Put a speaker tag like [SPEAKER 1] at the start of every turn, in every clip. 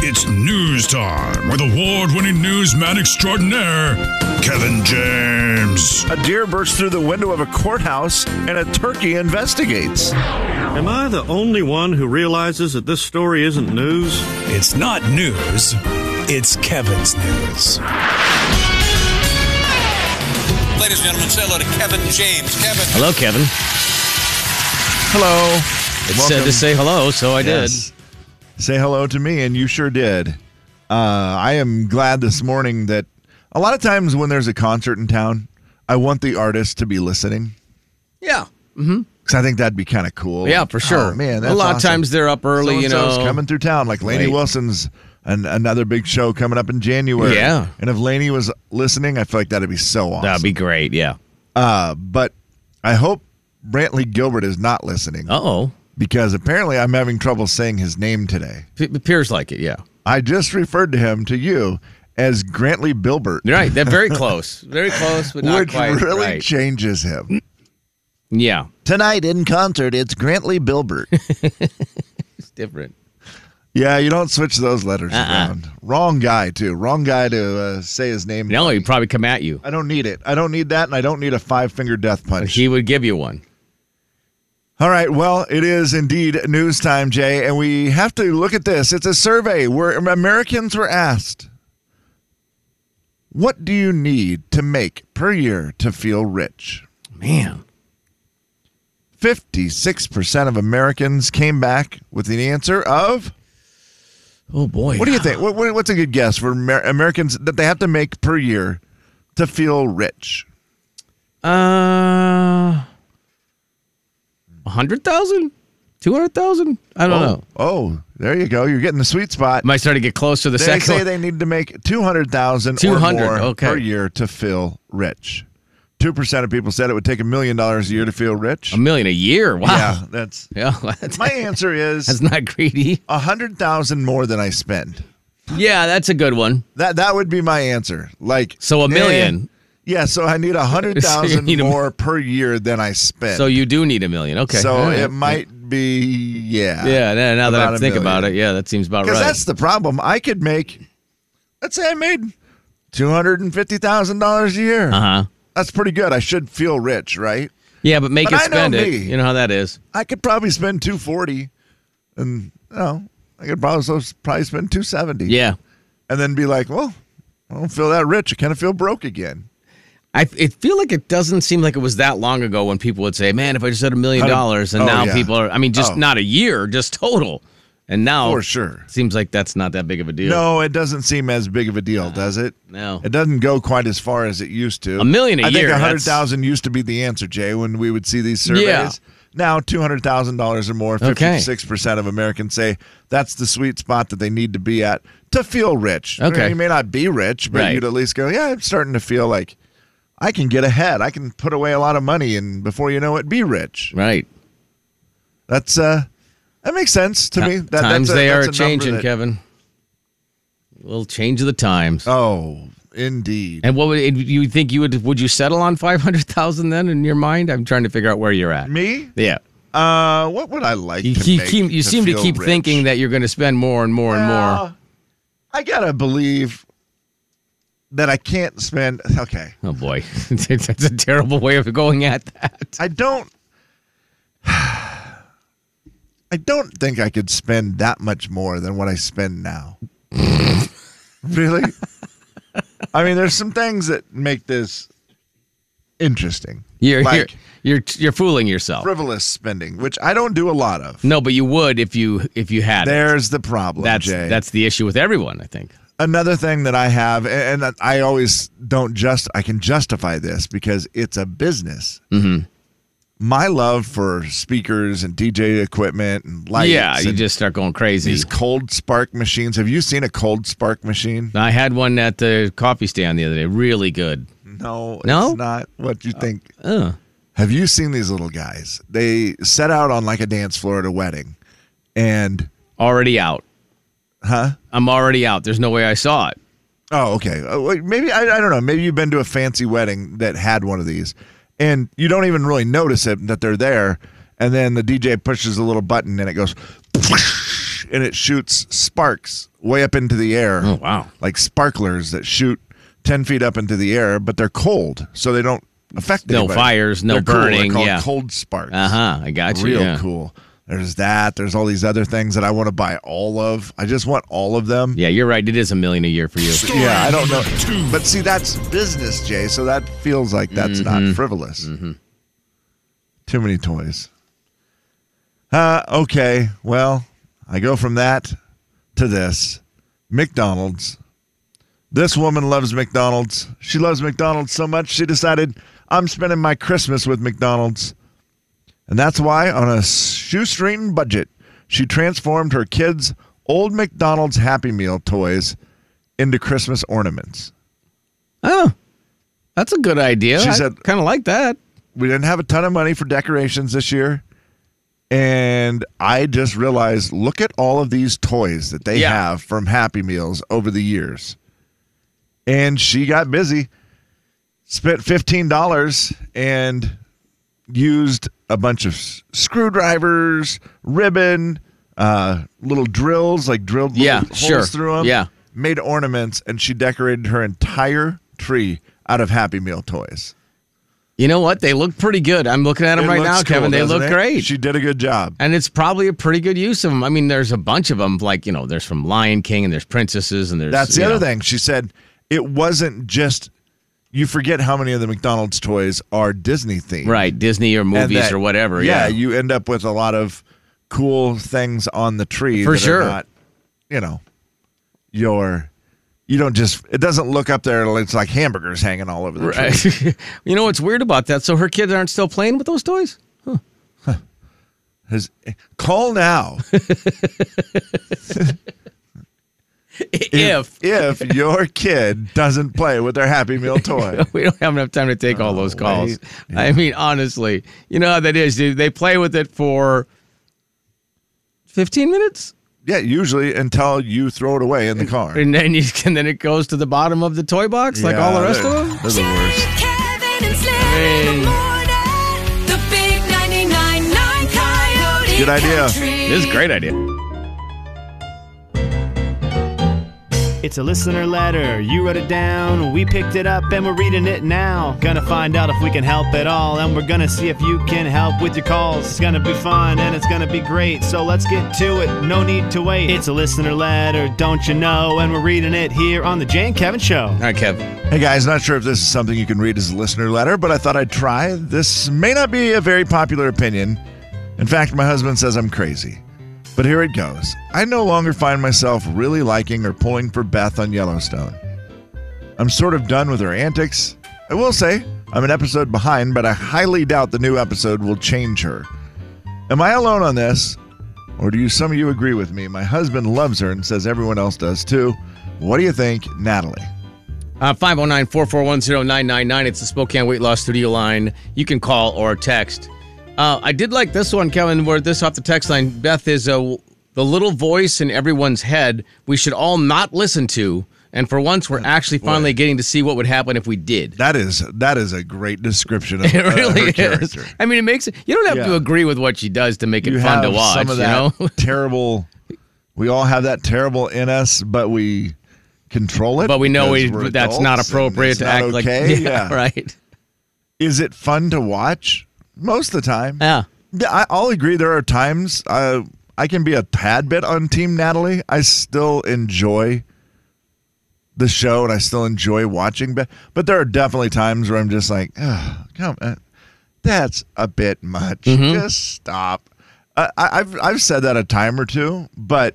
[SPEAKER 1] It's news time with award winning newsman extraordinaire, Kevin James.
[SPEAKER 2] A deer bursts through the window of a courthouse and a turkey investigates.
[SPEAKER 3] Am I the only one who realizes that this story isn't news?
[SPEAKER 4] It's not news, it's Kevin's news.
[SPEAKER 5] Ladies and gentlemen, say hello to Kevin James. Kevin.
[SPEAKER 6] Hello, Kevin.
[SPEAKER 2] Hello.
[SPEAKER 6] It said to say hello, so I
[SPEAKER 2] Yes. Say hello to me, and you sure did. Uh, I am glad this morning that a lot of times when there's a concert in town, I want the artist to be listening
[SPEAKER 6] did. Yeah.
[SPEAKER 2] because I think that'd be kind of cool.
[SPEAKER 6] Yeah, for sure.
[SPEAKER 2] Oh, man,
[SPEAKER 6] a
[SPEAKER 2] that's
[SPEAKER 6] lot of
[SPEAKER 2] awesome.
[SPEAKER 6] times they're up early, you
[SPEAKER 2] So-and-so's
[SPEAKER 6] know.
[SPEAKER 2] coming through town. Like Laney
[SPEAKER 6] Right.
[SPEAKER 2] Wilson's an, another big show coming up in January.
[SPEAKER 6] Yeah.
[SPEAKER 2] and if Laney was listening, I feel like that'd be so awesome.
[SPEAKER 6] That'd be great. Yeah.
[SPEAKER 2] uh, but I hope Brantley Gilbert is not listening
[SPEAKER 6] Uh oh.
[SPEAKER 2] because apparently I'm having trouble saying his name today.
[SPEAKER 6] appears like it. Yeah.
[SPEAKER 2] I just referred to him to you as Grantley Bilbert,
[SPEAKER 6] You're right. They're very close. Very close, but not
[SPEAKER 2] which
[SPEAKER 6] quite.
[SPEAKER 2] really
[SPEAKER 6] right. Mm.
[SPEAKER 2] changes him.
[SPEAKER 6] yeah.
[SPEAKER 2] Tonight in concert, it's Grantley Bilbert.
[SPEAKER 6] It's different.
[SPEAKER 2] yeah, you don't switch those letters
[SPEAKER 6] Uh-uh.
[SPEAKER 2] around. Wrong guy, too. Wrong guy to uh, say his name.
[SPEAKER 6] No, he'd probably come at you.
[SPEAKER 2] I don't need it. I don't need that, and I don't need a five finger death punch.
[SPEAKER 6] He would give you one.
[SPEAKER 2] All right. Well, it is indeed news time, Jay, and we have to look at this. It's a survey where Americans were asked, "What do you need to make per year to feel rich?"
[SPEAKER 6] Man.
[SPEAKER 2] 56% of Americans came back with an answer of
[SPEAKER 6] Oh boy.
[SPEAKER 2] What do you think? What, what, what's a good guess for Amer- Americans that they have to make per year to feel rich?
[SPEAKER 6] Uh, a hundred thousand, two hundred thousand. I don't know.
[SPEAKER 2] Oh, there you go. You're getting the sweet spot.
[SPEAKER 6] Might start to get close to the
[SPEAKER 2] They
[SPEAKER 6] second.
[SPEAKER 2] say
[SPEAKER 6] one.
[SPEAKER 2] they need to make 200,000 or
[SPEAKER 6] 200,
[SPEAKER 2] more
[SPEAKER 6] okay.
[SPEAKER 2] per year to feel rich. 2% of people said it would take a million dollars a year to feel rich.
[SPEAKER 6] a million a year.
[SPEAKER 2] yeah,
[SPEAKER 6] Wow.
[SPEAKER 2] that's
[SPEAKER 6] Yeah. that's,
[SPEAKER 2] My answer
[SPEAKER 6] that's
[SPEAKER 2] is
[SPEAKER 6] not greedy.
[SPEAKER 2] 100,000 more than I spend.
[SPEAKER 6] Yeah, that's a good one.
[SPEAKER 2] That that would be my answer. Like
[SPEAKER 6] So a
[SPEAKER 2] nah,
[SPEAKER 6] million.
[SPEAKER 2] Yeah, so I need a hundred
[SPEAKER 6] So you
[SPEAKER 2] thousand
[SPEAKER 6] need a-
[SPEAKER 2] more per year than I spend.
[SPEAKER 6] So you do need a million. Okay.
[SPEAKER 2] So
[SPEAKER 6] All right.
[SPEAKER 2] it might be yeah.
[SPEAKER 6] Yeah. Now, now that
[SPEAKER 2] about
[SPEAKER 6] I
[SPEAKER 2] a
[SPEAKER 6] think about it,
[SPEAKER 2] million.
[SPEAKER 6] yeah, that seems about
[SPEAKER 2] because
[SPEAKER 6] right.
[SPEAKER 2] that's the problem. I could make. Let's say I made two hundred and fifty thousand dollars a year.
[SPEAKER 6] uh huh.
[SPEAKER 2] That's pretty good. I should feel rich, right?
[SPEAKER 6] Yeah, but make
[SPEAKER 2] But
[SPEAKER 6] it
[SPEAKER 2] I know
[SPEAKER 6] spend it.
[SPEAKER 2] me.
[SPEAKER 6] You know how that is.
[SPEAKER 2] I could probably spend two forty, and you know, I could probably probably spend two seventy.
[SPEAKER 6] Yeah.
[SPEAKER 2] and then be like, well, I don't feel that rich. I kind of feel broke again.
[SPEAKER 6] I it feel like it doesn't seem like it was that long ago when people would say, "Man, if I just had a million
[SPEAKER 2] Hundred-
[SPEAKER 6] dollars," and
[SPEAKER 2] Oh,
[SPEAKER 6] now
[SPEAKER 2] yeah.
[SPEAKER 6] people are. I mean, just
[SPEAKER 2] Oh.
[SPEAKER 6] not a year, just total. And now,
[SPEAKER 2] For sure.
[SPEAKER 6] seems like that's not that big of a deal.
[SPEAKER 2] No, it doesn't seem as big of a deal, does it?
[SPEAKER 6] no.
[SPEAKER 2] It doesn't go quite as far as it used to.
[SPEAKER 6] A million a
[SPEAKER 2] I think
[SPEAKER 6] year, that's-
[SPEAKER 2] 100,000 used to be the answer, Jay, when we would see these surveys.
[SPEAKER 6] Yeah.
[SPEAKER 2] Now, $200,000 or more,
[SPEAKER 6] Okay.
[SPEAKER 2] 56% of Americans say that's the sweet spot that they need to be at to feel rich. You, know,
[SPEAKER 6] Okay.
[SPEAKER 2] you may not be rich, but
[SPEAKER 6] Right.
[SPEAKER 2] you'd at least go, yeah, I'm starting to feel like I can get ahead. I can put away a lot of money and before you know it, be rich.
[SPEAKER 6] Right.
[SPEAKER 2] That's, uh, that makes sense to me.
[SPEAKER 6] Ti-
[SPEAKER 2] That,
[SPEAKER 6] times
[SPEAKER 2] that's a-
[SPEAKER 6] they
[SPEAKER 2] that's
[SPEAKER 6] are
[SPEAKER 2] a number
[SPEAKER 6] changing,
[SPEAKER 2] that-
[SPEAKER 6] Kevin. We'll change of the times.
[SPEAKER 2] Oh, indeed.
[SPEAKER 6] and what would and you think you would? Would you settle on five hundred thousand then in your mind? I'm trying to figure out where you're at.
[SPEAKER 2] me?
[SPEAKER 6] Yeah.
[SPEAKER 2] Uh, what would I like
[SPEAKER 6] You,
[SPEAKER 2] to
[SPEAKER 6] keep,
[SPEAKER 2] make
[SPEAKER 6] keep- you seem to
[SPEAKER 2] feel
[SPEAKER 6] keep
[SPEAKER 2] rich?
[SPEAKER 6] thinking that you're going to spend more and more and more.
[SPEAKER 2] Well, I gotta believe that I can't spend. Okay,
[SPEAKER 6] Oh boy, that's a terrible way of going at that.
[SPEAKER 2] I don't. I don't think I could spend that much more than what I spend now. really? I mean, there's some things that make this interesting.
[SPEAKER 6] You're
[SPEAKER 2] like
[SPEAKER 6] you're, you're you're fooling yourself.
[SPEAKER 2] frivolous spending, which I don't do a lot of.
[SPEAKER 6] No, but you would if you if you had it.
[SPEAKER 2] There's the problem,
[SPEAKER 6] That's
[SPEAKER 2] Jay.
[SPEAKER 6] that's the issue with everyone, I think.
[SPEAKER 2] another thing that I have, and and I always don't just I can justify this because it's a business. Mm-hmm. My love for speakers and DJ equipment and lights,
[SPEAKER 6] yeah, you
[SPEAKER 2] and
[SPEAKER 6] just start going crazy.
[SPEAKER 2] these cold spark machines. Have you seen a cold spark machine?
[SPEAKER 6] I had one at the coffee stand the other day. Really good.
[SPEAKER 2] No,
[SPEAKER 6] No?
[SPEAKER 2] it's not what you think.
[SPEAKER 6] Oh,
[SPEAKER 2] Have you seen these little guys? They set out on like a dance floor at a wedding, and
[SPEAKER 6] already out.
[SPEAKER 2] huh?
[SPEAKER 6] I'm already out. There's no way I saw it.
[SPEAKER 2] Oh, okay. Uh, wait, Maybe I, I don't know. Maybe you've been to a fancy wedding that had one of these, and you don't even really notice it that they're there. And then the DJ pushes a little button, and it goes, and it shoots sparks way up into the air.
[SPEAKER 6] Oh, wow.
[SPEAKER 2] Like sparklers that shoot ten feet up into the air, but they're cold, so they don't affect
[SPEAKER 6] No
[SPEAKER 2] anybody.
[SPEAKER 6] fires, no
[SPEAKER 2] They're cool. They're
[SPEAKER 6] burning,
[SPEAKER 2] called
[SPEAKER 6] yeah.
[SPEAKER 2] cold sparks.
[SPEAKER 6] Uh huh. I got you.
[SPEAKER 2] Real
[SPEAKER 6] yeah.
[SPEAKER 2] cool. There's that. There's all these other things that I want to buy all of. I just want all of them.
[SPEAKER 6] Yeah, you're right. It is a million a year for you.
[SPEAKER 1] Story
[SPEAKER 2] Yeah, I don't know.
[SPEAKER 1] number Two.
[SPEAKER 2] But see, that's business, Jay. So that feels like that's not frivolous. Mm-hmm. Too many toys. Uh, okay. Well, I go from that to this McDonald's. This woman loves McDonald's. She loves McDonald's so much, she decided I'm spending my Christmas with McDonald's. And that's why, on a shoestring budget, she transformed her kids' old McDonald's Happy Meal toys into Christmas ornaments.
[SPEAKER 6] Oh, that's a good idea.
[SPEAKER 2] She
[SPEAKER 6] I
[SPEAKER 2] said-
[SPEAKER 6] kind of like that.
[SPEAKER 2] We didn't have a ton of money for decorations this year. And I just realized look at all of these toys that they
[SPEAKER 6] Yeah.
[SPEAKER 2] have from Happy Meals over the years. And she got busy, spent $15 and used a bunch of s- screwdrivers, ribbon, uh, little drills, like drilled little
[SPEAKER 6] Yeah,
[SPEAKER 2] holes
[SPEAKER 6] sure.
[SPEAKER 2] through them.
[SPEAKER 6] Yeah.
[SPEAKER 2] Made ornaments, and she decorated her entire tree out of Happy Meal toys.
[SPEAKER 6] You know what? They look pretty good. I'm looking at them
[SPEAKER 2] It
[SPEAKER 6] right
[SPEAKER 2] looks
[SPEAKER 6] now,
[SPEAKER 2] cool,
[SPEAKER 6] Kevin. They
[SPEAKER 2] doesn't
[SPEAKER 6] look
[SPEAKER 2] it?
[SPEAKER 6] great.
[SPEAKER 2] She did a good job.
[SPEAKER 6] and it's probably a pretty good use of them. I mean, there's a bunch of them. Like you know, there's from Lion King and there's princesses and there's
[SPEAKER 2] That's the
[SPEAKER 6] you
[SPEAKER 2] other
[SPEAKER 6] know.
[SPEAKER 2] thing. She said it wasn't just. You forget how many of the McDonald's toys are Disney themed,
[SPEAKER 6] right? Disney or
[SPEAKER 2] And
[SPEAKER 6] movies
[SPEAKER 2] that-
[SPEAKER 6] or whatever.
[SPEAKER 2] Yeah,
[SPEAKER 6] Yeah,
[SPEAKER 2] you end up with a lot of cool things on the tree
[SPEAKER 6] For
[SPEAKER 2] that are
[SPEAKER 6] sure.
[SPEAKER 2] not, you know, your. You don't just. It doesn't look up there. It's like hamburgers hanging all over the tree.
[SPEAKER 6] Right. you know what's weird about that? So her kids aren't still playing with those toys.
[SPEAKER 2] Has- call now
[SPEAKER 6] if
[SPEAKER 2] if your kid doesn't play with their Happy Meal toy.
[SPEAKER 6] we don't have enough time to take all those calls.
[SPEAKER 2] wait.
[SPEAKER 6] I mean, honestly, you know how that is, dude. They play with it for 15 minutes
[SPEAKER 2] Yeah, usually until you throw it away in the car.
[SPEAKER 6] and then you, and then it goes to the bottom of the toy box like all the
[SPEAKER 2] Yeah,
[SPEAKER 6] rest of
[SPEAKER 2] they're-
[SPEAKER 6] them.
[SPEAKER 2] They're the worst.
[SPEAKER 7] Kevin and Slim in the
[SPEAKER 6] Hey.
[SPEAKER 7] morning. The big 99.9 Coyote
[SPEAKER 2] Good idea.
[SPEAKER 7] Country.
[SPEAKER 6] This is a great idea.
[SPEAKER 8] It's a listener letter. You wrote it down. We picked it up and we're reading it now. Gonna find out if we can help at all. And we're gonna see if you can help with your calls. It's gonna be fun and it's gonna be great. So let's get to it. No need to wait. It's a listener letter, don't you know? And we're reading it here on The Jay and Kevin Show.
[SPEAKER 6] All right, Kev.
[SPEAKER 2] Hey guys, not sure if this is something you can read as a listener letter, but I thought I'd try. This may not be a very popular opinion. In fact, my husband says I'm crazy. But here it goes. I no longer find myself really liking or pulling for Beth on Yellowstone. I'm sort of done with her antics. I will say, I'm an episode behind, but I highly doubt the new episode will change her. Am I alone on this? Or do you, some of you agree with me? My husband loves her and says everyone else does too. What do you think, Natalie?
[SPEAKER 6] Uh, 509-441-0999. It's the Spokane Weight Loss Studio line. You can call or text. Uh, I did like this one, Kevin, where this off the text line, Beth is a, the little voice in everyone's head we should all not listen to. And for once,
[SPEAKER 2] Hmm.
[SPEAKER 6] we're actually finally getting to see what would happen if we did.
[SPEAKER 2] That is that is a great description of
[SPEAKER 6] It
[SPEAKER 2] uh, her
[SPEAKER 6] really is.
[SPEAKER 2] character.
[SPEAKER 6] I mean, it makes it, you don't have to
[SPEAKER 2] Yeah.
[SPEAKER 6] agree with what she does to make it
[SPEAKER 2] You have
[SPEAKER 6] fun to watch,
[SPEAKER 2] some of
[SPEAKER 6] you
[SPEAKER 2] that
[SPEAKER 6] know?
[SPEAKER 2] terrible. We all have that terrible in us, but we control it.
[SPEAKER 6] but we know
[SPEAKER 2] because
[SPEAKER 6] we,
[SPEAKER 2] we're
[SPEAKER 6] that's
[SPEAKER 2] adults
[SPEAKER 6] not
[SPEAKER 2] and
[SPEAKER 6] appropriate
[SPEAKER 2] it's
[SPEAKER 6] to
[SPEAKER 2] not
[SPEAKER 6] act like
[SPEAKER 2] okay. yeah.
[SPEAKER 6] right.
[SPEAKER 2] Is it fun to watch? Most of the time,
[SPEAKER 6] Yeah.
[SPEAKER 2] Yeah, I, I'll agree. There are times uh, I can be a tad bit on Team Natalie. I still enjoy the show and I still enjoy watching, but but there are definitely times where I'm just like, oh, come, on, that's a bit much.
[SPEAKER 6] Mm-hmm.
[SPEAKER 2] Just stop. Uh, I, I've I've said that a time or two, but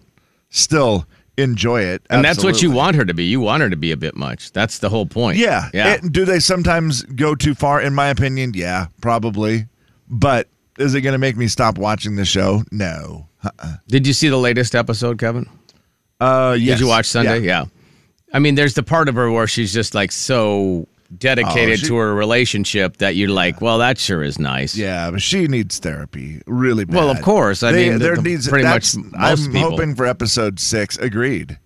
[SPEAKER 2] still enjoy it.
[SPEAKER 6] And that's what you
[SPEAKER 2] absolutely.
[SPEAKER 6] want her to be. You want her to be a bit much. That's the whole point.
[SPEAKER 2] Yeah.
[SPEAKER 6] Yeah.
[SPEAKER 2] It- do they sometimes go too far? In my opinion, yeah, probably. But is it going to make me stop watching the show? No.
[SPEAKER 6] Did you see the latest episode, Kevin?
[SPEAKER 2] Uh, yes.
[SPEAKER 6] Did you watch Sunday?
[SPEAKER 2] Yeah.
[SPEAKER 6] Yeah. I mean, there's the part of her where she's just like so dedicated
[SPEAKER 2] Oh, she-
[SPEAKER 6] to her relationship that you're like, well, that sure is nice.
[SPEAKER 2] Yeah, but she needs therapy really bad.
[SPEAKER 6] Well, of course. I mean, the- the- pretty much
[SPEAKER 2] that's-
[SPEAKER 6] most
[SPEAKER 2] I'm
[SPEAKER 6] people.
[SPEAKER 2] hoping for episode six. Agreed.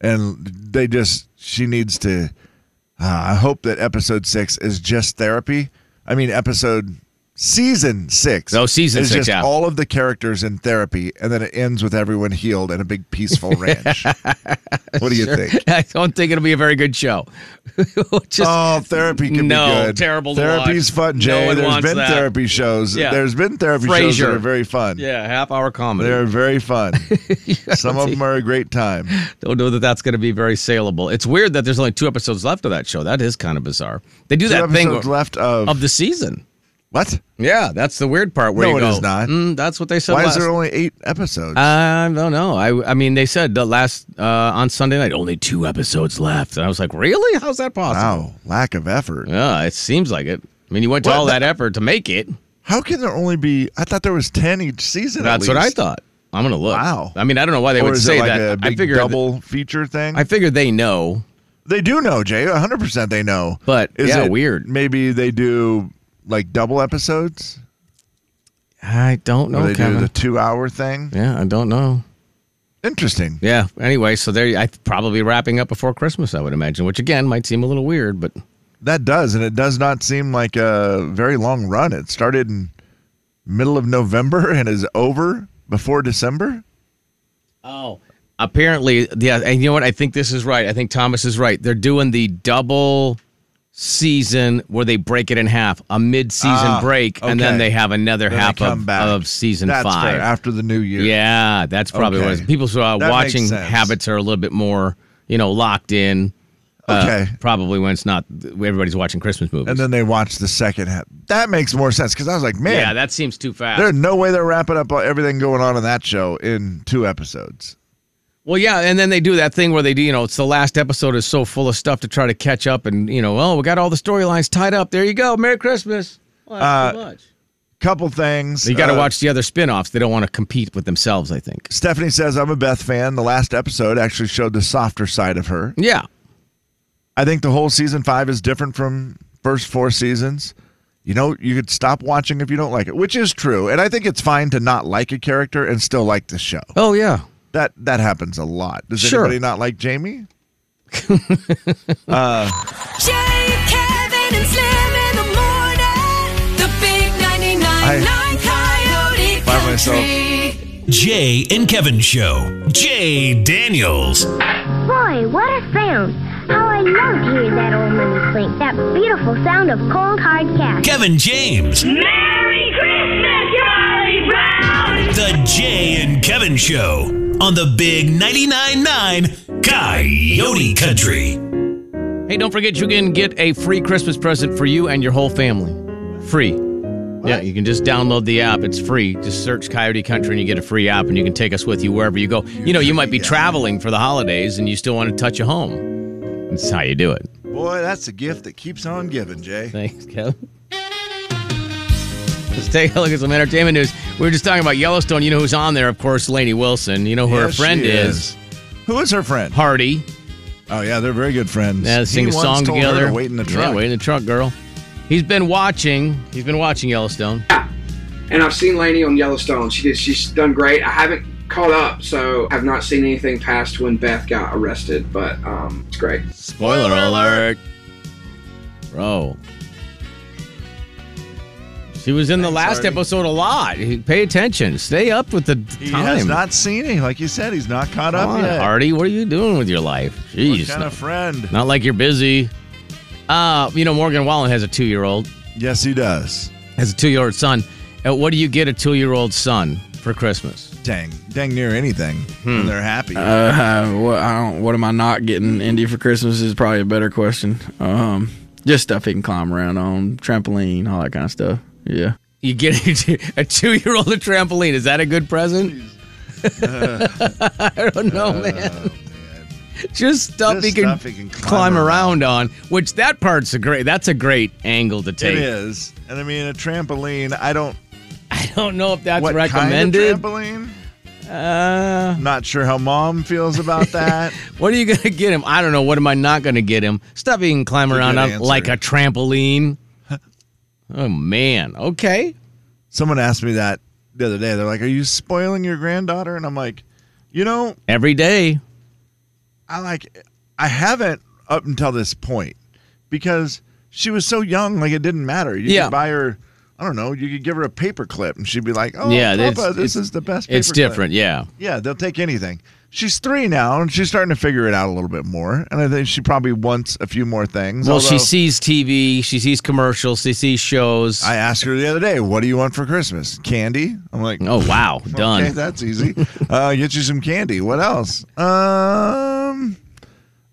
[SPEAKER 2] And they just she needs to. Uh, I hope that episode six is just therapy. I mean, episode Season six.
[SPEAKER 6] Oh, season
[SPEAKER 2] is
[SPEAKER 6] six,
[SPEAKER 2] Just
[SPEAKER 6] yeah.
[SPEAKER 2] All of the characters in therapy, and then it ends with everyone healed and a big peaceful ranch. what do you think?
[SPEAKER 6] I don't think it'll be a very good show. Just,
[SPEAKER 2] Oh, therapy can be
[SPEAKER 6] No,
[SPEAKER 2] good.
[SPEAKER 6] terrible to
[SPEAKER 2] Therapy's
[SPEAKER 6] watch.
[SPEAKER 2] fun, Jay.
[SPEAKER 6] No one
[SPEAKER 2] There's
[SPEAKER 6] wants
[SPEAKER 2] been
[SPEAKER 6] that.
[SPEAKER 2] therapy shows.
[SPEAKER 6] Yeah.
[SPEAKER 2] There's been therapy shows that
[SPEAKER 6] Frasier.
[SPEAKER 2] are very fun.
[SPEAKER 6] yeah, half hour comedy.
[SPEAKER 2] They're very fun. Some of them are a great time.
[SPEAKER 6] Don't know that that's going to be very saleable. It's weird that there's only two episodes left of that show. That is kind of bizarre. They do
[SPEAKER 2] Two
[SPEAKER 6] that thing
[SPEAKER 2] episodes left of,
[SPEAKER 6] of the season.
[SPEAKER 2] what?
[SPEAKER 6] Yeah, that's the weird part. Where
[SPEAKER 2] No,
[SPEAKER 6] you
[SPEAKER 2] it
[SPEAKER 6] go,
[SPEAKER 2] is not.
[SPEAKER 6] "Mm, that's what they said.
[SPEAKER 2] Why
[SPEAKER 6] last. Uh,
[SPEAKER 2] is there only eight episodes?
[SPEAKER 6] I don't know. I I mean, they said the last uh, on Sunday night only two episodes left, and I was like, really? How's that possible?
[SPEAKER 2] wow, lack of effort.
[SPEAKER 6] Yeah, it seems like it. I mean, you went to
[SPEAKER 2] Well,
[SPEAKER 6] all
[SPEAKER 2] the-
[SPEAKER 6] that effort to make it.
[SPEAKER 2] How can there only be? I thought there was ten each season. at
[SPEAKER 6] That's what I
[SPEAKER 2] least.
[SPEAKER 6] thought. I'm gonna look.
[SPEAKER 2] Wow.
[SPEAKER 6] I mean, I don't know why they
[SPEAKER 2] or
[SPEAKER 6] would
[SPEAKER 2] is
[SPEAKER 6] say
[SPEAKER 2] it like
[SPEAKER 6] that.
[SPEAKER 2] a
[SPEAKER 6] I
[SPEAKER 2] big
[SPEAKER 6] figured.
[SPEAKER 2] double feature thing.
[SPEAKER 6] I figured they know.
[SPEAKER 2] they do know, Jay. hundred percent, they know.
[SPEAKER 6] But,
[SPEAKER 2] is
[SPEAKER 6] yeah,
[SPEAKER 2] it
[SPEAKER 6] weird.
[SPEAKER 2] Maybe they do like double episodes.
[SPEAKER 6] I don't
[SPEAKER 2] Or
[SPEAKER 6] know,
[SPEAKER 2] they
[SPEAKER 6] Kevin.
[SPEAKER 2] do the two-hour thing.
[SPEAKER 6] yeah, I don't know.
[SPEAKER 2] Interesting.
[SPEAKER 6] Yeah. Anyway, so there. I probably wrapping up before Christmas, I would imagine, which again might seem a little weird, but
[SPEAKER 2] That does, and it does not seem like a very long run. It started in middle of November and is over before December.
[SPEAKER 6] Oh. Apparently, yeah, and you know what? I think this is right. I think Thomas is right. They're doing the double season where they break it in half, a mid-season
[SPEAKER 2] Ah,
[SPEAKER 6] break, and then
[SPEAKER 2] okay.
[SPEAKER 6] they have another
[SPEAKER 2] Then they
[SPEAKER 6] half
[SPEAKER 2] come
[SPEAKER 6] of,
[SPEAKER 2] back.
[SPEAKER 6] of season
[SPEAKER 2] That's
[SPEAKER 6] five.
[SPEAKER 2] fair, after the new year.
[SPEAKER 6] Yeah, that's probably what it is.
[SPEAKER 2] Okay.
[SPEAKER 6] People who are
[SPEAKER 2] That makes
[SPEAKER 6] watching
[SPEAKER 2] sense.
[SPEAKER 6] habits are a little bit more, you know, locked in. uh,
[SPEAKER 2] Okay.
[SPEAKER 6] probably when it's not everybody's watching Christmas movies.
[SPEAKER 2] And then they watch the second half. That makes more sense because I was like, man,
[SPEAKER 6] yeah, that seems too fast.
[SPEAKER 2] There's no way they're wrapping up everything going on in that show in two episodes.
[SPEAKER 6] Well, yeah, and then they do that thing where they do, you know, it's the last episode is so full of stuff to try to catch up, and you know, oh, we got all the storylines tied up. There you go, Merry Christmas. Well, that's too much.
[SPEAKER 2] Couple things.
[SPEAKER 6] You got to
[SPEAKER 2] Uh,
[SPEAKER 6] watch the other spin-offs. They don't want to compete with themselves, I think.
[SPEAKER 2] Stephanie says, I'm a Beth fan. The last episode actually showed the softer side of her.
[SPEAKER 6] Yeah,
[SPEAKER 2] I think the whole season five is different from first four seasons. You know, you could stop watching if you don't like it, which is true. And I think it's fine to not like a character and still like the show.
[SPEAKER 6] oh yeah,
[SPEAKER 2] That that happens a lot. Does
[SPEAKER 6] Sure.
[SPEAKER 2] anybody not like Jamie?
[SPEAKER 7] Jay, Kevin, and Slim in the morning. The big 99.9 Coyote
[SPEAKER 2] By myself.
[SPEAKER 7] Country.
[SPEAKER 4] Jay and Kevin Show. Jay Daniels.
[SPEAKER 9] Boy, what a sound! How I love to hear that old money clink, that beautiful sound of cold hard cash.
[SPEAKER 4] Kevin James.
[SPEAKER 10] Merry Christmas, Charlie Brown!
[SPEAKER 4] The Jay and Kevin Show on the Big 99.9 9 Coyote Country.
[SPEAKER 6] Hey, don't forget you can get a free Christmas present for you and your whole family. Free. Yeah, you can just download the app. It's free. Just search Coyote Country and you get a free app and you can take us with you wherever you go. You know, you might be traveling for the holidays and you still want to touch a home. That's how you do it.
[SPEAKER 2] Boy, that's a gift that keeps on giving, Jay.
[SPEAKER 6] Thanks, Kevin. Let's take a look at some entertainment news. We were just talking about Yellowstone. You know who's on there, of course, Lainey Wilson. You know who her
[SPEAKER 2] Yes,
[SPEAKER 6] friend
[SPEAKER 2] she
[SPEAKER 6] is.
[SPEAKER 2] Who is her friend?
[SPEAKER 6] Hardy.
[SPEAKER 2] Oh yeah, they're very good friends.
[SPEAKER 6] Yeah, they sing
[SPEAKER 2] He
[SPEAKER 6] a
[SPEAKER 2] once
[SPEAKER 6] song
[SPEAKER 2] told her
[SPEAKER 6] together.
[SPEAKER 2] to wait in the truck.
[SPEAKER 6] Yeah, wait in the truck, girl. He's been watching. He's been watching Yellowstone.
[SPEAKER 11] and I've seen Lainey on Yellowstone. She did. She's done great. I haven't caught up, so I've not seen anything past when Beth got arrested. But um, it's great.
[SPEAKER 6] Spoiler alert. Bro. She was in the last episode a lot. Pay attention. Stay up with the
[SPEAKER 2] He
[SPEAKER 6] time.
[SPEAKER 2] has not seen it. Like you said, he's not caught up
[SPEAKER 6] Come on,
[SPEAKER 2] yet.
[SPEAKER 6] Artie, what are you doing with your life?
[SPEAKER 2] What
[SPEAKER 6] Jeez.
[SPEAKER 2] kind
[SPEAKER 6] Not,
[SPEAKER 2] of friend?
[SPEAKER 6] not like you're busy. Uh, you know, Morgan Wallen has a two year old,
[SPEAKER 2] Yes, he does.
[SPEAKER 6] has a two year old son. Uh, what do you get a two year old son for Christmas?
[SPEAKER 2] Dang, dang near anything.
[SPEAKER 6] Hmm.
[SPEAKER 2] And they're happy.
[SPEAKER 10] Uh, what I don't. What am I not getting Indy for Christmas is probably a better question. Um, just stuff he can climb around on, trampoline, all that kind of stuff. Yeah.
[SPEAKER 6] You get a two year old a trampoline. Is that a good present? I don't know, man. Just stuff
[SPEAKER 2] Uh, Just
[SPEAKER 6] he can,
[SPEAKER 2] stuff he can
[SPEAKER 6] climb,
[SPEAKER 2] climb
[SPEAKER 6] around on, which that part's a great. That's a great angle to
[SPEAKER 2] it
[SPEAKER 6] take.
[SPEAKER 2] is, and I mean a trampoline. I don't.
[SPEAKER 6] I don't know if that's
[SPEAKER 2] what
[SPEAKER 6] recommended.
[SPEAKER 2] kind of trampoline?
[SPEAKER 6] uh,
[SPEAKER 2] Not sure how mom feels about that.
[SPEAKER 6] what are you gonna get him? I don't know. What am I not gonna get him? Stuff he can climb
[SPEAKER 2] a
[SPEAKER 6] around
[SPEAKER 2] good
[SPEAKER 6] on
[SPEAKER 2] answer.
[SPEAKER 6] like a trampoline. oh man. Okay.
[SPEAKER 2] Someone asked me that the other day. They're like, "Are you spoiling your granddaughter?" And I'm like, "You know,
[SPEAKER 6] Every day.
[SPEAKER 2] I like I haven't up until this point because she was so young, like it didn't matter. You
[SPEAKER 6] Yeah.
[SPEAKER 2] could buy her I don't know. You could give her a paper clip and she'd be like, "Oh,
[SPEAKER 6] Yeah,
[SPEAKER 2] Papa,
[SPEAKER 6] it's-
[SPEAKER 2] this
[SPEAKER 6] it's-
[SPEAKER 2] is the best."
[SPEAKER 6] it's
[SPEAKER 2] paperclip."
[SPEAKER 6] different, yeah.
[SPEAKER 2] yeah, they'll take anything. She's three now, and she's starting to figure it out a little bit more. And I think she probably wants a few more things.
[SPEAKER 6] Well, she
[SPEAKER 2] although-
[SPEAKER 6] sees TV, she sees commercials, she sees shows.
[SPEAKER 2] I asked her the other day, "What do you want for Christmas? Candy?" I'm like,
[SPEAKER 6] "Oh wow, done."
[SPEAKER 2] Okay, that's easy. uh, get you some candy. What else? Um,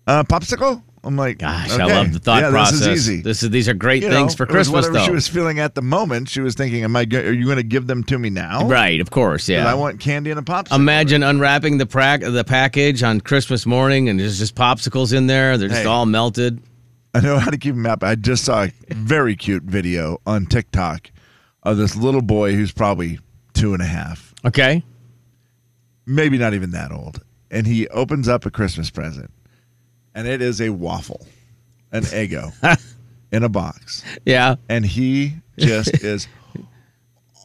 [SPEAKER 2] uh, popsicle. I'm like,
[SPEAKER 6] Gosh, I
[SPEAKER 2] okay.
[SPEAKER 6] love the thought
[SPEAKER 2] yeah,
[SPEAKER 6] process.
[SPEAKER 2] This is easy.
[SPEAKER 6] This is these are great
[SPEAKER 2] You know,
[SPEAKER 6] things for
[SPEAKER 2] it was
[SPEAKER 6] Christmas
[SPEAKER 2] whatever
[SPEAKER 6] though.
[SPEAKER 2] she was feeling at the moment, she was thinking, "Am I? Go- are you going to give them to me now?"
[SPEAKER 6] Right, of course,
[SPEAKER 2] 'Cause
[SPEAKER 6] yeah.
[SPEAKER 2] I want candy and a popsicle.
[SPEAKER 6] Imagine unwrapping the pra- the package on Christmas morning and there's just popsicles in there. They're just
[SPEAKER 2] Hey.
[SPEAKER 6] all melted.
[SPEAKER 2] I know how to keep them happy. I just saw a very cute video on TikTok of this little boy who's probably two and a half.
[SPEAKER 6] Okay.
[SPEAKER 2] Maybe not even that old. And he opens up a Christmas present, and it is a waffle, an Eggo in a box.
[SPEAKER 6] Yeah.
[SPEAKER 2] And he just is.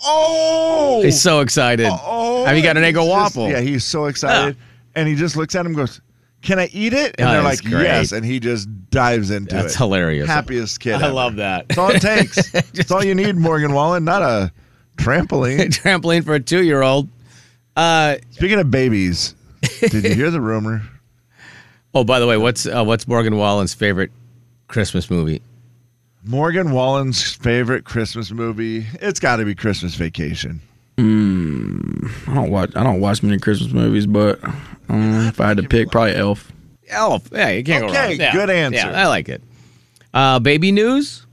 [SPEAKER 2] Oh!
[SPEAKER 6] He's so excited.
[SPEAKER 2] Oh,
[SPEAKER 6] Have you got an
[SPEAKER 2] he's
[SPEAKER 6] egg or
[SPEAKER 2] just-
[SPEAKER 6] waffle?
[SPEAKER 2] Yeah, he's so excited. And he just looks at him and goes, Can I eat it? And
[SPEAKER 6] Oh,
[SPEAKER 2] they're
[SPEAKER 6] that's
[SPEAKER 2] like,
[SPEAKER 6] great.
[SPEAKER 2] Yes. And he just dives into it.
[SPEAKER 6] That's hilarious.
[SPEAKER 2] Happiest kid.
[SPEAKER 6] I
[SPEAKER 2] ever.
[SPEAKER 6] love that.
[SPEAKER 2] That's all it takes. That's all you need, Morgan Wallen, not a trampoline.
[SPEAKER 6] trampoline for a two year old. Uh,
[SPEAKER 2] Speaking of babies, did you hear the rumor?
[SPEAKER 6] Oh, by the way, what's uh, what's Morgan Wallen's favorite Christmas movie?
[SPEAKER 2] Morgan Wallen's favorite Christmas movie. It's got to be Christmas Vacation.
[SPEAKER 10] Mm, I don't watch. I don't watch many Christmas movies, but um, if I had to pick, probably Elf.
[SPEAKER 6] Elf. Yeah, you can't go wrong.
[SPEAKER 2] Okay,
[SPEAKER 6] Yeah.
[SPEAKER 2] good answer.
[SPEAKER 6] Yeah, I like it. Uh, baby news?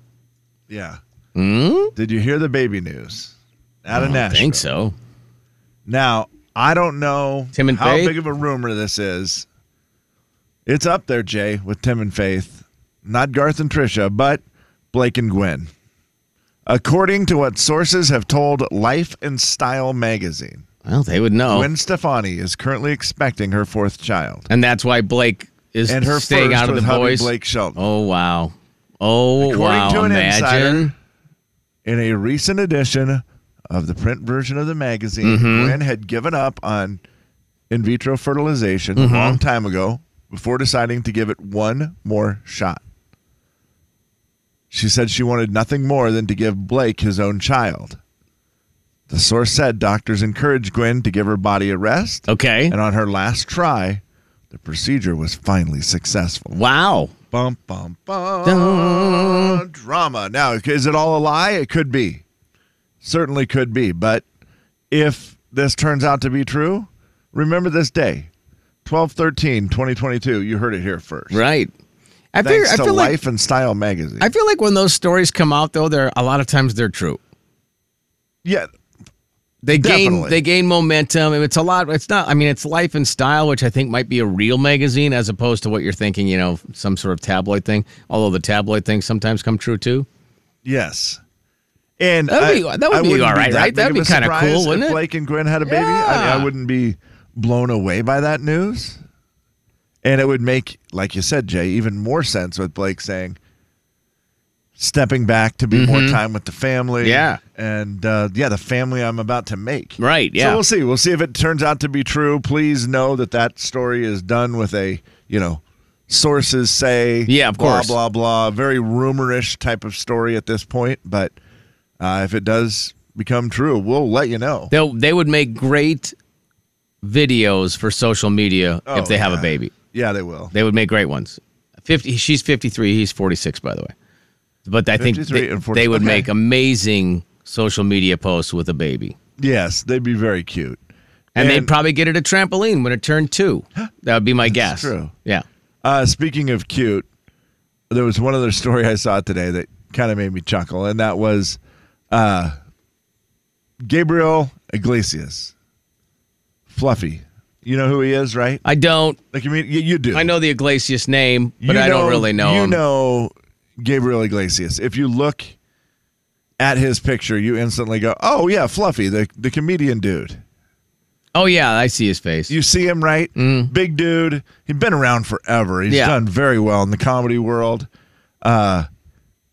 [SPEAKER 2] Yeah.
[SPEAKER 6] Hmm?
[SPEAKER 2] Did you hear the baby news? Out of
[SPEAKER 6] I don't
[SPEAKER 2] Nashville.
[SPEAKER 6] think so.
[SPEAKER 2] Now, I don't know
[SPEAKER 6] Tim and
[SPEAKER 2] how
[SPEAKER 6] Faith?
[SPEAKER 2] big of a rumor this is. It's up there, Jay, with Tim and Faith. Not Garth and Trisha, but Blake and Gwen. According to what sources have told Life and Style magazine,
[SPEAKER 6] Well, they would know.
[SPEAKER 2] Gwen Stefani is currently expecting her fourth child.
[SPEAKER 6] and that's why Blake is
[SPEAKER 2] And her
[SPEAKER 6] staying
[SPEAKER 2] first
[SPEAKER 6] out of the
[SPEAKER 2] was hubby
[SPEAKER 6] boys.
[SPEAKER 2] Blake Shelton.
[SPEAKER 6] Oh wow. Oh
[SPEAKER 2] According
[SPEAKER 6] wow.
[SPEAKER 2] to an
[SPEAKER 6] Imagine.
[SPEAKER 2] insider, in a recent edition of the print version of the magazine,
[SPEAKER 6] Mhm.
[SPEAKER 2] Gwen had given up on in vitro fertilization
[SPEAKER 6] Mhm.
[SPEAKER 2] a long time ago before deciding to give it one more shot. She said she wanted nothing more than to give Blake his own child. The source said doctors encouraged Gwen to give her body a rest.
[SPEAKER 6] Okay.
[SPEAKER 2] And on her last try, the procedure was finally successful.
[SPEAKER 6] Wow.
[SPEAKER 2] Bum, bum, bum. Drama. Now, is it all a lie? It could be. Certainly could be. But if this turns out to be true, remember this day 12 13, 2022. You heard it here first.
[SPEAKER 6] Right. I feel,
[SPEAKER 2] Thanks
[SPEAKER 6] I
[SPEAKER 2] to
[SPEAKER 6] feel like
[SPEAKER 2] Life and Style magazine.
[SPEAKER 6] I feel like when those stories come out though, they're a lot of times they're true.
[SPEAKER 2] yeah.
[SPEAKER 6] They gain
[SPEAKER 2] Definitely.
[SPEAKER 6] they gain momentum and it's a lot it's not I mean it's life and style, which I think might be a real magazine as opposed to what you're thinking, you know, some sort of tabloid thing. Although the tabloid things sometimes come true too.
[SPEAKER 2] Yes. And
[SPEAKER 6] That'd be-
[SPEAKER 2] I-
[SPEAKER 6] that would
[SPEAKER 2] I
[SPEAKER 6] be
[SPEAKER 2] wouldn't
[SPEAKER 6] all right,
[SPEAKER 2] that
[SPEAKER 6] right? That'd
[SPEAKER 2] big
[SPEAKER 6] be
[SPEAKER 2] of a
[SPEAKER 6] kinda
[SPEAKER 2] surprise
[SPEAKER 6] cool,
[SPEAKER 2] if
[SPEAKER 6] wouldn't it?
[SPEAKER 2] Blake and Gwen had a baby. I, mean,
[SPEAKER 6] Yeah.
[SPEAKER 2] I wouldn't be blown away by that news. And it would make, like you said, Jay, even more sense with Blake saying, stepping back to be more
[SPEAKER 6] Mhm.
[SPEAKER 2] time with the family.
[SPEAKER 6] Yeah.
[SPEAKER 2] And uh, yeah, the family I'm about to make.
[SPEAKER 6] Right, yeah.
[SPEAKER 2] So we'll see. We'll see if it turns out to be true. Please know that that story is done with a, you know, sources say.
[SPEAKER 6] Yeah, of
[SPEAKER 2] blah,
[SPEAKER 6] course.
[SPEAKER 2] Blah, blah, Very rumorish type of story at this point. But uh, if it does become true, we'll let you know.
[SPEAKER 6] They'll they would make great videos for social media
[SPEAKER 2] Oh,
[SPEAKER 6] if they have
[SPEAKER 2] yeah.
[SPEAKER 6] a baby.
[SPEAKER 2] Yeah, they will.
[SPEAKER 6] They would make great ones. Fifty. She's fifty three. He's forty six. By the way, but I think
[SPEAKER 2] 53
[SPEAKER 6] they,
[SPEAKER 2] and 40
[SPEAKER 6] they would
[SPEAKER 2] okay.
[SPEAKER 6] make amazing social media posts with a baby,
[SPEAKER 2] Yes, they'd be very cute.
[SPEAKER 6] and,
[SPEAKER 2] And-
[SPEAKER 6] they'd probably get it a trampoline when it turned two. That would be my guess.
[SPEAKER 2] true.
[SPEAKER 6] Yeah.
[SPEAKER 2] Uh, speaking of cute, there was one other story I saw today that kind of made me chuckle, and that was uh, Gabriel Iglesias, Fluffy. You know who he is, right?
[SPEAKER 6] I don't.
[SPEAKER 2] Like you mean you, you do?
[SPEAKER 6] I know the Iglesias name, but
[SPEAKER 2] You
[SPEAKER 6] I don't really know
[SPEAKER 2] You
[SPEAKER 6] him.
[SPEAKER 2] know Gabriel Iglesias. If you look at his picture, you instantly go, "Oh yeah, Fluffy, the the comedian dude."
[SPEAKER 6] Oh yeah, I see his face.
[SPEAKER 2] You see him, right? Big dude. He's been around forever. He's
[SPEAKER 6] Yeah.
[SPEAKER 2] done very well in the comedy world. Uh,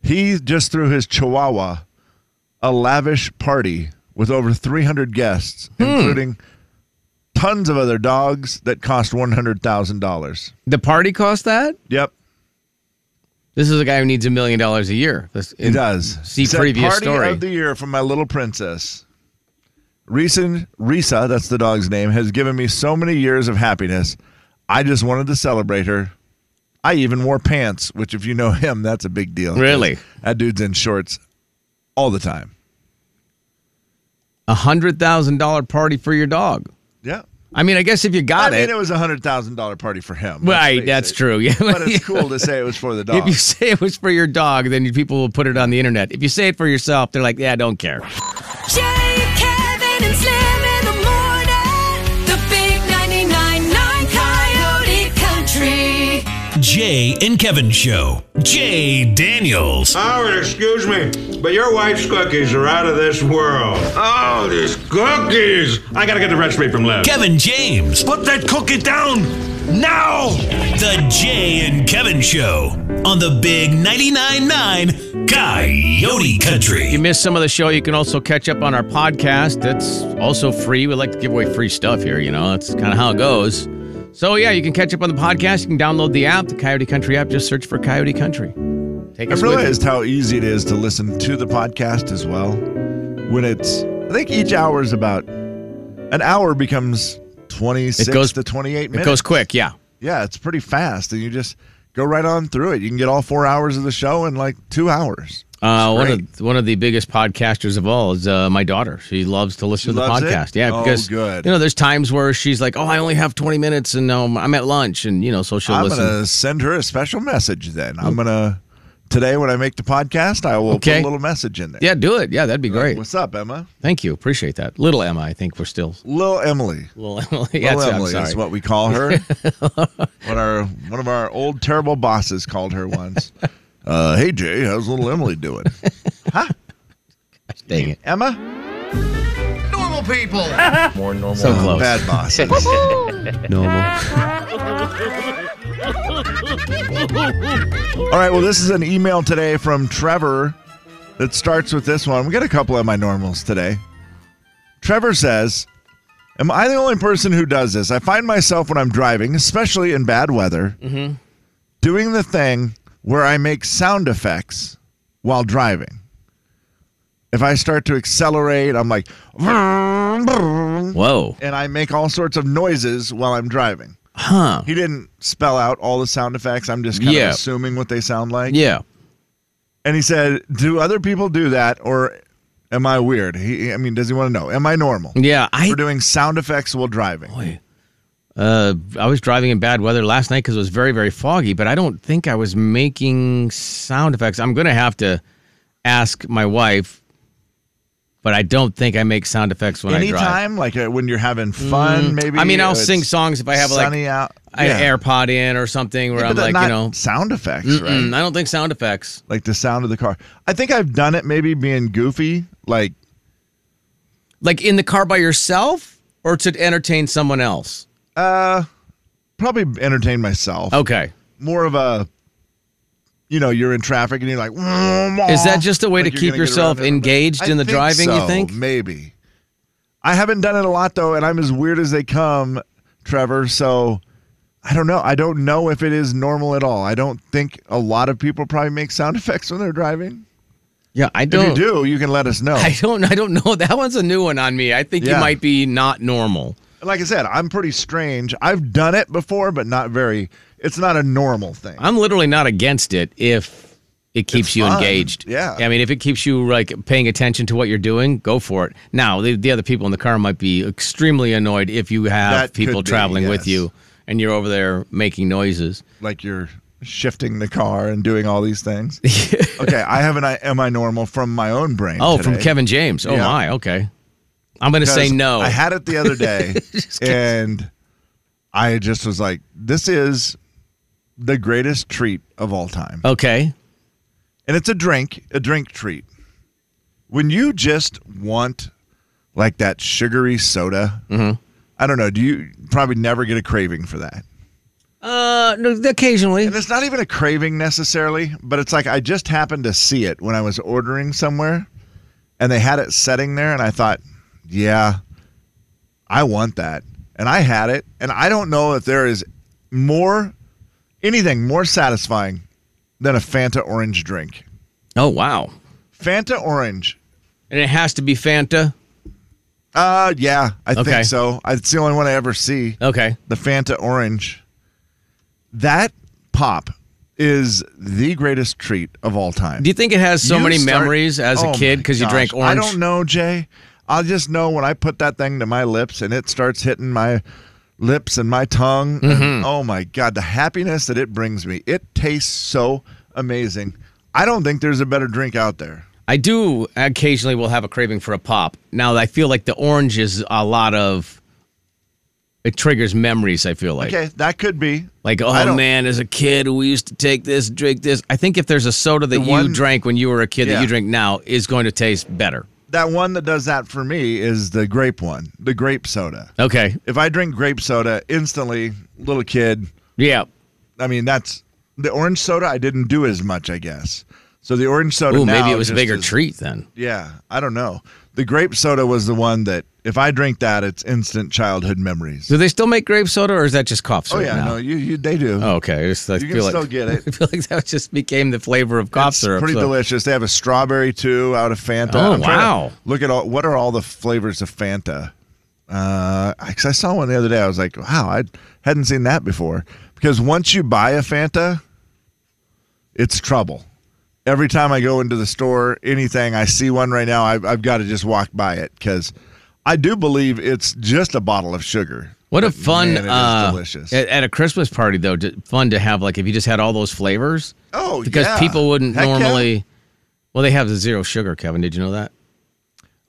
[SPEAKER 2] he just threw his Chihuahua a lavish party with over 300 guests, including tons of other dogs that cost $100,000.
[SPEAKER 6] the party cost that?
[SPEAKER 2] Yep.
[SPEAKER 6] This is a guy who needs a million dollars a year. This,
[SPEAKER 2] He does.
[SPEAKER 6] See
[SPEAKER 2] Said
[SPEAKER 6] previous
[SPEAKER 2] party
[SPEAKER 6] story.
[SPEAKER 2] of the year from my little princess. Recent Risa, that's the dog's name, has given me so many years of happiness. I just wanted to celebrate her. I even wore pants, which if you know him, that's a big deal.
[SPEAKER 6] Really?
[SPEAKER 2] That dude's in shorts all the time.
[SPEAKER 6] A hundred thousand dollar party for your dog.
[SPEAKER 2] Yeah.
[SPEAKER 6] I mean, I guess if you got
[SPEAKER 2] I
[SPEAKER 6] it,
[SPEAKER 2] mean, it was a hundred thousand dollar party for him. let's
[SPEAKER 6] right?
[SPEAKER 2] face
[SPEAKER 6] That's
[SPEAKER 2] it.
[SPEAKER 6] true. Yeah,
[SPEAKER 2] but it's cool to say it was for the
[SPEAKER 6] If
[SPEAKER 2] dog.
[SPEAKER 6] you say it was for your dog, then people will put it on the internet. If you say it for yourself, they're like, yeah, I don't care.
[SPEAKER 7] Jay, Kevin, and Slim in the morning. The big 99.9 Coyote Country.
[SPEAKER 4] Jay and Kevin Show. Jay Daniels.
[SPEAKER 12] Oh, excuse me, but your wife's cookies are out of this world. Oh, these cookies! I gotta get the recipe from Lev.
[SPEAKER 4] Kevin James. Put that cookie down now. The Jay and Kevin Show on the Big 99.9 Coyote Country.
[SPEAKER 6] If you missed some of the show, you can also catch up on our podcast. That's also free. We like to give away free stuff here, you know. That's kind of how it goes. So, yeah, you can catch up on the podcast. You can download the app, the Coyote Country app. Just search for Coyote Country. Take
[SPEAKER 2] I've
[SPEAKER 6] us with you.
[SPEAKER 2] realized how easy it is to listen to the podcast as well. When it's, I think each hour is about an hour becomes twenty six
[SPEAKER 6] It goes-
[SPEAKER 2] to twenty eight
[SPEAKER 6] it
[SPEAKER 2] minutes.
[SPEAKER 6] goes quick, yeah. Uh,
[SPEAKER 2] Yeah, it's pretty fast, and you just go right on through it. You can get all four hours of the show in like two hours.
[SPEAKER 6] Uh, one
[SPEAKER 2] great.
[SPEAKER 6] of one of the biggest podcasters of all is uh, my daughter. She loves to listen
[SPEAKER 2] She
[SPEAKER 6] to the
[SPEAKER 2] loves it?
[SPEAKER 6] podcast. Yeah,
[SPEAKER 2] Oh,
[SPEAKER 6] because
[SPEAKER 2] good.
[SPEAKER 6] you know, there's times where she's like, "Oh, I only have 20 minutes, and um, I'm at lunch," and you know, so she'll
[SPEAKER 2] I'm
[SPEAKER 6] listen.
[SPEAKER 2] gonna send her a special message. Then I'm gonna today when I make the podcast, I will put
[SPEAKER 6] Okay.
[SPEAKER 2] a little message in there.
[SPEAKER 6] Yeah, do it. Yeah, that'd be great.
[SPEAKER 2] What's up, Emma?
[SPEAKER 6] Thank you, appreciate that. Little Emma, I think we're still
[SPEAKER 2] Little Emily.
[SPEAKER 6] Little Emily. Yeah,
[SPEAKER 2] Little
[SPEAKER 6] that's- I'm
[SPEAKER 2] Emily
[SPEAKER 6] sorry.
[SPEAKER 2] is what we call her. what our one of our old terrible bosses called her once. Uh, hey Jay, how's little Emily doing? huh?
[SPEAKER 6] Dang it,
[SPEAKER 2] Emma.
[SPEAKER 13] Normal people.
[SPEAKER 2] More normal.
[SPEAKER 6] So close.
[SPEAKER 2] Uh, Bad bosses. All right. Well, this is an email today from Trevor that starts with this one. We got a couple of my normals today. Trevor says, Am I the only person who does this? I find myself when I'm driving, especially in bad weather,
[SPEAKER 6] Mm-hmm.
[SPEAKER 2] doing the thing where I make sound effects while driving. If I start to accelerate, I'm like, whoa. And I make all sorts of noises while I'm driving.
[SPEAKER 6] Huh.
[SPEAKER 2] He didn't spell out all the sound effects. I'm just kind
[SPEAKER 6] Yeah.
[SPEAKER 2] of assuming what they sound like.
[SPEAKER 6] Yeah.
[SPEAKER 2] And he said, Do other people do that or am I weird? He, I mean, does he want to know? Am I normal?
[SPEAKER 6] Yeah, I
[SPEAKER 2] We're doing sound effects while driving.
[SPEAKER 6] Uh, I was driving in bad weather last night because it was very, very foggy, but I don't think I was making sound effects. I'm going to have to ask my wife, but I don't think I make sound effects when I drive.
[SPEAKER 2] Anytime, like uh, when you're having fun,
[SPEAKER 6] Mm,
[SPEAKER 2] maybe.
[SPEAKER 6] I mean, I'll
[SPEAKER 2] it's
[SPEAKER 6] sing songs if I have, like,
[SPEAKER 2] sunny out.
[SPEAKER 6] I had AirPod in or something where
[SPEAKER 2] Yeah,
[SPEAKER 6] I'm
[SPEAKER 2] but
[SPEAKER 6] like,
[SPEAKER 2] not
[SPEAKER 6] you know,
[SPEAKER 2] sound effects,
[SPEAKER 6] Mm-mm,
[SPEAKER 2] right?
[SPEAKER 6] I don't think sound effects.
[SPEAKER 2] Like the sound of the car. I think I've done it maybe being goofy, like
[SPEAKER 6] Like in the car by yourself or to entertain someone else?
[SPEAKER 2] uh probably entertain myself.
[SPEAKER 6] Okay.
[SPEAKER 2] More of a you know, you're in traffic and you're like, "Mm-hmm."
[SPEAKER 6] Is that just a way
[SPEAKER 2] Like
[SPEAKER 6] to
[SPEAKER 2] you're
[SPEAKER 6] keep
[SPEAKER 2] gonna get
[SPEAKER 6] yourself
[SPEAKER 2] around everybody.
[SPEAKER 6] engaged
[SPEAKER 2] I
[SPEAKER 6] in the
[SPEAKER 2] think
[SPEAKER 6] driving, you
[SPEAKER 2] so,
[SPEAKER 6] think?
[SPEAKER 2] Maybe. I haven't done it a lot though, and I'm as weird as they come, Trevor. So I don't know. I don't know if it is normal at all. I don't think a lot of people probably make sound effects when they're driving.
[SPEAKER 6] Yeah, I don't.
[SPEAKER 2] If you do, you can let us know.
[SPEAKER 6] I don't I don't know. That one's a new one on me. I think you
[SPEAKER 2] Yeah.
[SPEAKER 6] might be not normal.
[SPEAKER 2] like I said, I'm pretty strange. I've done it before, but not very. It's not a normal thing.
[SPEAKER 6] I'm literally not against it if it keeps you
[SPEAKER 2] fun.
[SPEAKER 6] engaged.
[SPEAKER 2] Yeah.
[SPEAKER 6] I mean, if it keeps you like paying attention to what you're doing, go for it. Now, the, the other people in the car might be extremely annoyed if you have
[SPEAKER 2] That could
[SPEAKER 6] people
[SPEAKER 2] be,
[SPEAKER 6] traveling with
[SPEAKER 2] yes.
[SPEAKER 6] you and you're over there making noises.
[SPEAKER 2] Like you're shifting the car and doing all these things. okay, I have an I, am I normal from my own brain.
[SPEAKER 6] Oh, from
[SPEAKER 2] today.
[SPEAKER 6] Kevin James. Oh
[SPEAKER 2] Yeah.
[SPEAKER 6] my, okay. I'm going to say
[SPEAKER 2] Because
[SPEAKER 6] no.
[SPEAKER 2] I had it the other day, and I just was like, "This is the greatest treat of all time."
[SPEAKER 6] Okay,
[SPEAKER 2] and it's a drink, a drink treat. When you just want like that sugary soda,
[SPEAKER 6] Mm-hmm.
[SPEAKER 2] I don't know. Do you probably never get a craving for that?
[SPEAKER 6] Uh, no, occasionally.
[SPEAKER 2] And it's not even a craving necessarily, but it's like I just happened to see it when I was ordering somewhere, and they had it setting there, and I thought, yeah, I want that, and I had it, and I don't know if there is more, anything more satisfying than a Fanta orange drink.
[SPEAKER 6] Oh wow.
[SPEAKER 2] Fanta orange.
[SPEAKER 6] And it has to be Fanta.
[SPEAKER 2] Uh yeah, I
[SPEAKER 6] Okay. Oh.
[SPEAKER 2] think so. It's the only one I ever see.
[SPEAKER 6] Okay.
[SPEAKER 2] The Fanta orange. That pop is the greatest treat of all time.
[SPEAKER 6] Do you think it has so many memories as a
[SPEAKER 2] Oh
[SPEAKER 6] kid
[SPEAKER 2] my
[SPEAKER 6] because you
[SPEAKER 2] gosh.
[SPEAKER 6] drank
[SPEAKER 2] I
[SPEAKER 6] orange?
[SPEAKER 2] don't know, Jay. I just know when I put that thing to my lips and it starts hitting my lips and my tongue. and-
[SPEAKER 6] Mhm.
[SPEAKER 2] oh my God, the happiness that it brings me. It tastes so amazing. I don't think there's a better drink out there.
[SPEAKER 6] I do occasionally will have a craving for a pop. Now I feel like the orange is a lot of it triggers memories, I feel like.
[SPEAKER 2] okay, that could be.
[SPEAKER 6] Like,
[SPEAKER 2] I
[SPEAKER 6] oh
[SPEAKER 2] don't-
[SPEAKER 6] man, as a kid we used to take this, drink this. I think if there's a soda that
[SPEAKER 2] The one-
[SPEAKER 6] you drank when you were a kid that
[SPEAKER 2] Yeah.
[SPEAKER 6] you drink now is going to taste better.
[SPEAKER 2] That one that does that for me is the grape one, the grape soda.
[SPEAKER 6] Okay.
[SPEAKER 2] If I drink grape soda instantly, little kid.
[SPEAKER 6] Yeah.
[SPEAKER 2] I mean, that's the orange soda I didn't do as much, I guess. So the orange soda
[SPEAKER 6] Ooh, maybe
[SPEAKER 2] now
[SPEAKER 6] it was a
[SPEAKER 2] just
[SPEAKER 6] bigger
[SPEAKER 2] is-
[SPEAKER 6] treat then.
[SPEAKER 2] Yeah, I don't know. The grape soda was the one that if I drink that, it's instant childhood memories.
[SPEAKER 6] Do they still make grape soda, or is that just cough
[SPEAKER 2] oh
[SPEAKER 6] syrup?
[SPEAKER 2] yeah,
[SPEAKER 6] now?
[SPEAKER 2] no, you, you they do.
[SPEAKER 6] Oh, okay. I just I
[SPEAKER 2] You can
[SPEAKER 6] feel
[SPEAKER 2] still
[SPEAKER 6] like,
[SPEAKER 2] get it.
[SPEAKER 6] I feel like that just became the flavor of cough
[SPEAKER 2] It's
[SPEAKER 6] syrup.
[SPEAKER 2] pretty
[SPEAKER 6] so-
[SPEAKER 2] delicious. They have a strawberry too out of Fanta.
[SPEAKER 6] Oh,
[SPEAKER 2] I'm trying to
[SPEAKER 6] wow.
[SPEAKER 2] Look at all what are all the flavors of Fanta? Uh, 'cause I saw one the other day. I was like, wow, I hadn't seen that before. Because once you buy a Fanta, it's trouble. Every time I go into the store, anything I see one right now, I've, I've got to just walk by it because I do believe it's just a bottle of sugar.
[SPEAKER 6] What a
[SPEAKER 2] But
[SPEAKER 6] fun!
[SPEAKER 2] man, it is
[SPEAKER 6] uh,
[SPEAKER 2] delicious.
[SPEAKER 6] At, at a Christmas party, though, d- fun to have like if you just had all those flavors.
[SPEAKER 2] Oh,
[SPEAKER 6] because
[SPEAKER 2] yeah.
[SPEAKER 6] people wouldn't
[SPEAKER 2] Heck yeah.
[SPEAKER 6] normally. Well, they have the zero sugar, Kevin. Did you know that?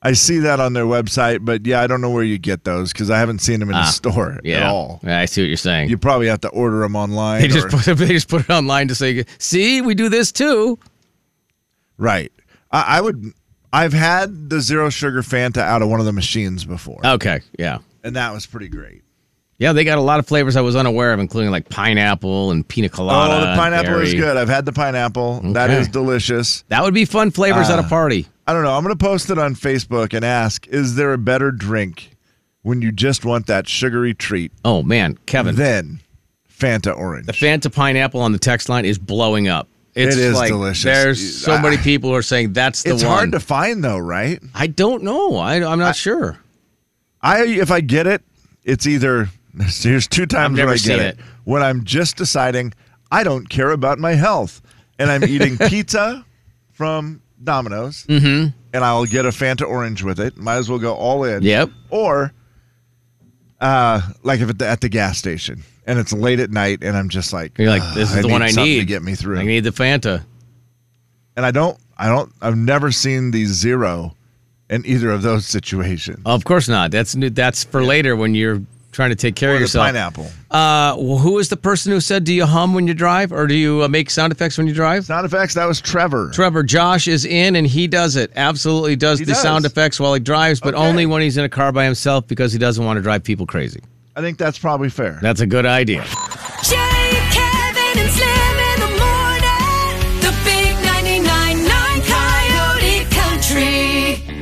[SPEAKER 2] I see that on their website, but yeah, I don't know where you get those because I haven't seen them in
[SPEAKER 6] Ah,
[SPEAKER 2] the store at
[SPEAKER 6] yeah.
[SPEAKER 2] all.
[SPEAKER 6] Yeah, I see what you're saying.
[SPEAKER 2] You probably have to order them online.
[SPEAKER 6] they just
[SPEAKER 2] or-
[SPEAKER 6] put, they just put it online to say, "See, we do this too."
[SPEAKER 2] right. I, I would. I've had the zero sugar Fanta out of one of the machines before,
[SPEAKER 6] Okay, yeah,
[SPEAKER 2] and that was pretty great.
[SPEAKER 6] yeah. They got a lot of flavors I was unaware of, including like pineapple and pina colada.
[SPEAKER 2] oh, the
[SPEAKER 6] and
[SPEAKER 2] pineapple is
[SPEAKER 6] berry.
[SPEAKER 2] good. I've had the pineapple. That
[SPEAKER 6] Okay.
[SPEAKER 2] is delicious.
[SPEAKER 6] That would be fun flavors
[SPEAKER 2] Uh.
[SPEAKER 6] at a party.
[SPEAKER 2] I don't know. I'm going to post it on Facebook and ask: Is there a better drink when you just want that sugary treat?
[SPEAKER 6] Oh man, Kevin.
[SPEAKER 2] Then Fanta orange.
[SPEAKER 6] The Fanta pineapple on the text line is blowing up. It's
[SPEAKER 2] It is
[SPEAKER 6] like,
[SPEAKER 2] delicious.
[SPEAKER 6] There's so
[SPEAKER 2] I-
[SPEAKER 6] many people who are saying that's the
[SPEAKER 2] it's
[SPEAKER 6] one.
[SPEAKER 2] hard to find though, right?
[SPEAKER 6] I don't know. I, I'm not sure.
[SPEAKER 2] I if I get it, it's either here's two times when
[SPEAKER 6] never
[SPEAKER 2] I
[SPEAKER 6] seen
[SPEAKER 2] get it.
[SPEAKER 6] it.
[SPEAKER 2] When I'm just deciding I don't care about my health, and I'm eating pizza from Domino's,
[SPEAKER 6] Mm-hmm.
[SPEAKER 2] and I'll get a Fanta orange with it. Might as well go all in.
[SPEAKER 6] Yep.
[SPEAKER 2] Or, uh, like if at the, at the gas station and it's late at night, and I'm just like,
[SPEAKER 6] You're like,
[SPEAKER 2] "Ugh,
[SPEAKER 6] this is the one I
[SPEAKER 2] something to
[SPEAKER 6] need.
[SPEAKER 2] get me through.
[SPEAKER 6] I need the Fanta.
[SPEAKER 2] and I don't, I don't, I've never seen the zero in either of those situations.
[SPEAKER 6] Of course not. That's new. That's for later when you're trying to take care
[SPEAKER 2] Or
[SPEAKER 6] of
[SPEAKER 2] the
[SPEAKER 6] yourself.
[SPEAKER 2] pineapple.
[SPEAKER 6] Uh, well, who is the person who said, "Do you hum when you drive, or do you uh, make sound effects when you drive?"
[SPEAKER 2] Sound effects. That was Trevor.
[SPEAKER 6] Trevor Josh is in, and he does it. Absolutely does
[SPEAKER 2] He
[SPEAKER 6] the
[SPEAKER 2] does.
[SPEAKER 6] sound effects while he drives, but
[SPEAKER 2] Okay.
[SPEAKER 6] only when he's in a car by himself because he doesn't want to drive people crazy.
[SPEAKER 2] I think that's probably fair.
[SPEAKER 6] That's a good idea.